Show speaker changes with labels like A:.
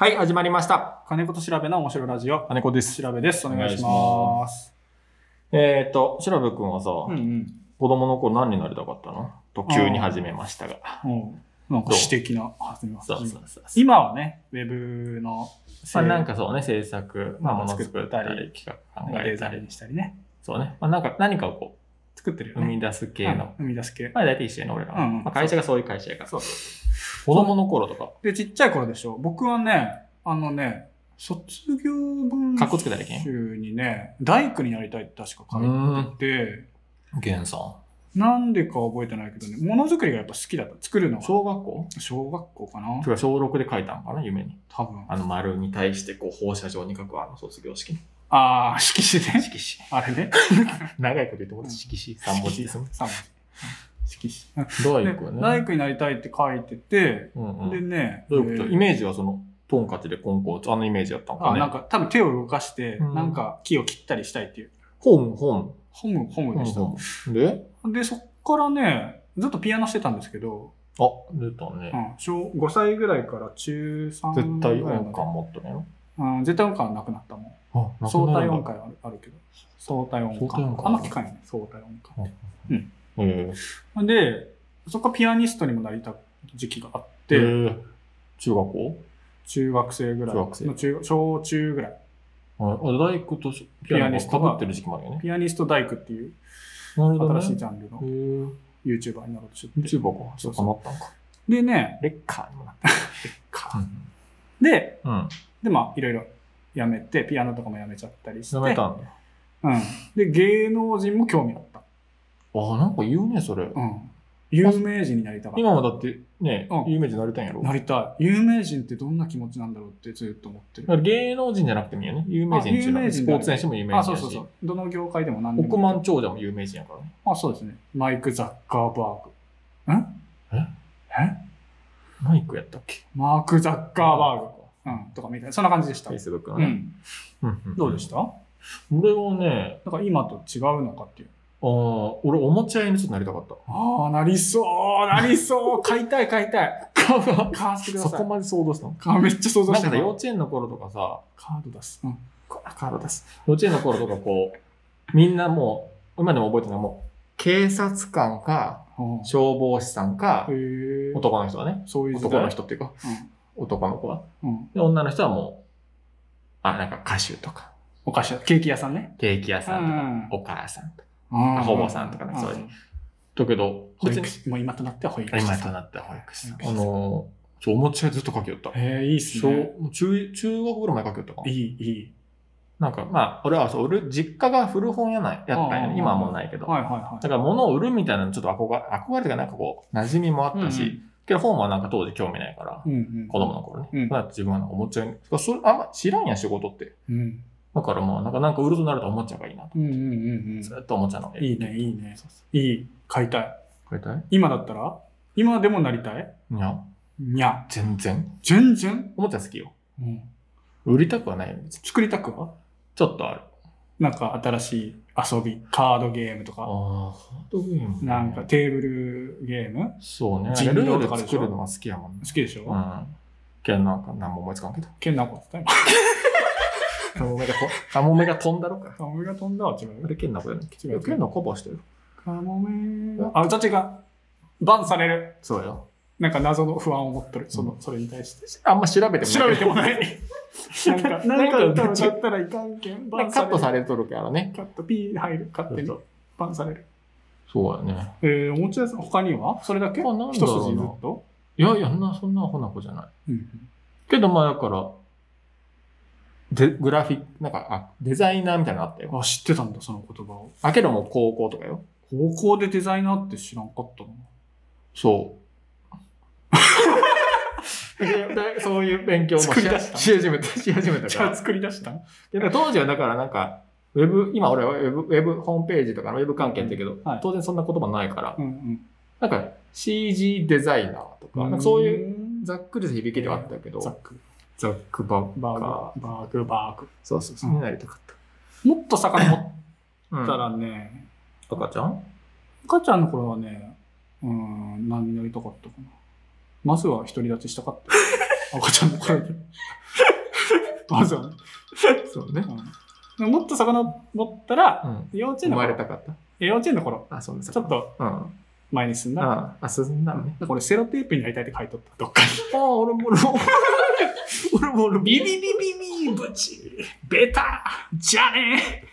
A: はい、始まりました。
B: 金子と調べの面白いラジオ。
A: 金子です。
B: 調べです。お願いします。
A: えーっと、しらぶくんはさ、
B: うん
A: 子供の頃何になりたかったのと急に始めましたが。
B: うん。うんなんか私的な始めます
A: そうそうそうそう。
B: 今はね、ウェブの、
A: まあ、なんかそうね、制作、まあ、もの作ったり、企画考
B: デ
A: え
B: ザ
A: た
B: イン
A: り。
B: にしたりね、
A: そうね。まあ、なんか、何かをこ
B: 作って
A: う、
B: るよ
A: 生
B: ね。
A: み出す系の。
B: うん生み出す系。
A: まあ、大体一緒やね、俺らは。
B: うんうん
A: まあ、会社がそういう会社やから。
B: そう
A: 子供の頃とか、
B: で、ちっちゃい頃でしょ。僕はね、あのね、卒業文
A: かっこつけたりけん
B: 集にね、大工になりたいって確か書いて
A: ゲンさん。
B: て、なんでか覚えてないけどね、ものづくりがやっぱ好きだった。作るのが。
A: 小学校
B: 小学校かな
A: とか小6で書いたんかな、夢に。
B: 多分。
A: あの丸に対して、こう、放射状に書くあの卒業式。
B: あー、色紙ね。
A: 色紙。
B: あれ ね。
A: 長いこと言ってもらって色紙。三文字ですもん。
B: 三文字。色紙。
A: 大
B: で
A: 工はね。
B: 大工になりたいって書いてて、
A: うんうん
B: でね、
A: どういうこと、
B: えー
A: イメージはその、トンカチでコンコツ、あのイメージだったのか
B: あ
A: ね。
B: なんか多分手を動かして、
A: うん
B: なんか木を切ったりしたいっていう。
A: ホン、ホン。
B: ホム、ホムでした。
A: うんで、
B: で、そっからね、ずっとピアノしてたんですけど、
A: あ、出た
B: う
A: ね。
B: ん、小5歳ぐらいから中3
A: 絶対
B: ぐらい
A: 音
B: まで
A: 感持っとるやろ。
B: うん、絶対音感はなくなったもん。
A: あ、な
B: 相対音
A: 感。
B: 感はあるあるけど。相対音
A: 相対音
B: 感。
A: 感
B: あんま聞かんよね、相対音感。
A: え
B: で、そっからピアニストにもなりた時期があっ
A: え
B: て、
A: 中学校
B: 中学生ぐらい
A: 中学生
B: の中小中ぐらい
A: あ、大工とピアノが被ってる時期もあるよね。
B: ピアニスト大工っていう
A: なるほど、ね。
B: 新しい
A: じ
B: ジャンルの
A: へえ
B: YouTuber になろうとしてて
A: YouTuber か。そうかなったのか。
B: でね
A: レッカーにもなった。レッカー。
B: で
A: うん。
B: でまあいろいろやめてピアノとかもやめちゃったりして
A: やめたんだ。
B: うん、で芸能人も興味あった、
A: あ、なんか言うね、それ。
B: うん、有名人になりたかった
A: 今もだってね
B: う、ん
A: 有名人になりたいんやろ。
B: なりたい有名人ってどんな気持ちなんだろうってずっと思ってる
A: だから芸能人じゃなくてもいいよね。有名人っていうのは、
B: あ有名
A: ス
B: 人
A: ポー
B: だね
A: ツ選手も有名人
B: あ
A: だし。
B: そうそうそうどの業界でも何でも
A: 億万長者も有名人やからね。
B: あそうですねマイク・ザッカーバーグん
A: え
B: え
A: マイクやったっけ
B: マーク・ザッカーバーグうん、とかみたいなそんな感じでした、
A: フェイスブックの
B: う
A: ね。
B: ん、
A: うんん
B: どうでした
A: 俺はね、
B: だから今と違うのかっていう。
A: あー俺おもちゃ屋にちょっとなりたかった。
B: ああ、なりそう、な りそう、買いたい、買いたい。買わせてくだ
A: そ
B: さ
A: こ
B: い。
A: まで想像したの
B: カーめっちゃ想像
A: な
B: し
A: ん
B: て
A: か
B: た
A: さ、幼稚園の頃とかさ、
B: カード出す。うん。
A: カードです。幼稚園の頃とかこう、みんなもう、今でも覚えてない、もう、警察官か、
B: おう
A: 消防士さんか
B: へ、え。
A: 男の人はね、
B: そういう時代。
A: 男の。人っていうか、男の子は。
B: うん。うん。
A: で、女の人はもう、あ、なんか歌手とか、
B: お菓子屋、ケーキ屋さんね。
A: ケーキ屋さんとか、
B: ん
A: お母さんとか。
B: あ
A: 保護さんとかねそういうだけど、
B: 保
A: 別
B: 育
A: に、
B: 士、もう今となっては保育士さ
A: 今
B: ん。
A: となった保育士さん。
B: 保育
A: あ
B: 士さん
A: のー、そう、おもちゃずっと書きよった。
B: へえ、いいっす
A: 小
B: ね。
A: もう中、中学ぐらい前書きよったか
B: い、
A: ない
B: い
A: なんか、まあ、俺はそう、俺、実家が古本屋ない、やったんや
B: あ
A: ね。
B: あ
A: 今はもうないけ
B: い。
A: ど。
B: はいはいは
A: だから物を売るみたいなのちょっと憧れ、憧れというかなんかこう、馴染みもあ
B: い。
A: ったし、けど本はなんか当時興味ないから、
B: うんうん。
A: 子供の頃ね。
B: うん
A: まあ自分はなんかおもちゃに、それあんま知らんや仕事って。
B: うん。
A: だからまあ、なんかなんか売るとなるとおもちゃがいいなと。
B: うんうんうん
A: ずっとおもちゃの
B: うん。いいね、いいね。
A: そうそ
B: いい。買いたい。
A: う。これたい
B: 今だったら今でもなりたい
A: いや、
B: にゃ。
A: 全然。
B: 全然、
A: おもちゃ好きよ。
B: うん、
A: 売りたくはないよ、別に
B: 作りたくは
A: ちょっとある。
B: なんか新しい遊び、カードゲームと
A: ああ、
B: か、
A: ハードゲーム、
B: なんか、テーブルゲーム
A: そうね。
B: 人
A: ル
B: 狼
A: ー
B: とか
A: ル
B: でし
A: 作
B: ょ
A: るのは好きやもんね
B: 好。きでしょ、
A: うん。けどなんか、何も思いつかんけど。
B: ケンナコって 言っ
A: カモメがと、カモメが飛んだろか。
B: たよ。カモメが飛んだは違
A: あ
B: う。
A: れ、剣の子じゃないっけ
B: 違う違う
A: 剣のカバーしてる。
B: カモメが。あ、歌違う。バンされる。
A: そうよ。
B: なんか謎の不安を持ってる。その、
A: う
B: それに対して。
A: あんま調べても。
B: 調べてもないい。な んか、なんか歌を歌ったらいかんけん。バン
A: カ
B: され
A: ッ
B: る。
A: トされとるからね。
B: カット、ピー入る。勝手に
A: そう。
B: バンされる。
A: そうやね。
B: えー、おもちゃ屋さん、他にはそれだけ
A: 他なん
B: 一
A: だ
B: 筋ず
A: ろ
B: っ
A: うな
B: と
A: いやいや、そんな、そんなアホな子じゃない。
B: うん。
A: けど、まあ、だから、で、グラフィック、なんか、あ、デザイナーみたいなのあったよ。
B: あ、知ってたんだ、その言葉を。
A: あ、けどもう高校とかよ。
B: 高校でデザイナーって知らんかったな。
A: そう。 ででそういう勉強もし
B: 作り出した
A: し始めた、し始 めた
B: じ
A: か
B: ゃ
A: ら
B: あ。作り出したは
A: でだから当時はだからなんか、ウェブ、今俺はウェブ、ウェブホームページとかのウェブ関係って言うけど、
B: はい
A: 当然そんな言葉ないから、
B: うんうん。
A: なんか CG デザイナーとか、なんかそういう
B: う
A: ざっくりと響きではあったけど、
B: ザック。
A: ザックバッ
B: バ
A: カ
B: ーグ。バーグ、バーグ。
A: ー。そうそうそう
B: うん
A: になりたかっ。
B: もっと遡った
A: う
B: た
A: ん。
B: らね、
A: 赤ちゃん
B: 赤ちゃんの頃はね、うーん、何になりたかったかな。まずは独り立ちしたかっ た。赤ちゃんの頃に。まずはね。
A: そうね。
B: うんもっと遡ったら、
A: うん。
B: 幼稚
A: 生
B: 園の
A: まれ
B: 頃、
A: たかった。
B: 幼稚園の頃、
A: あ、そうです。
B: ちょっ。と
A: うん。あ
B: 前に進んだ。
A: あ、あ、進んだのね。
B: これセロテープになりたいって書いとった。どっか
A: ああ、俺 も俺も。俺も俺も。
B: に。ビビビビビブチベタじゃねえ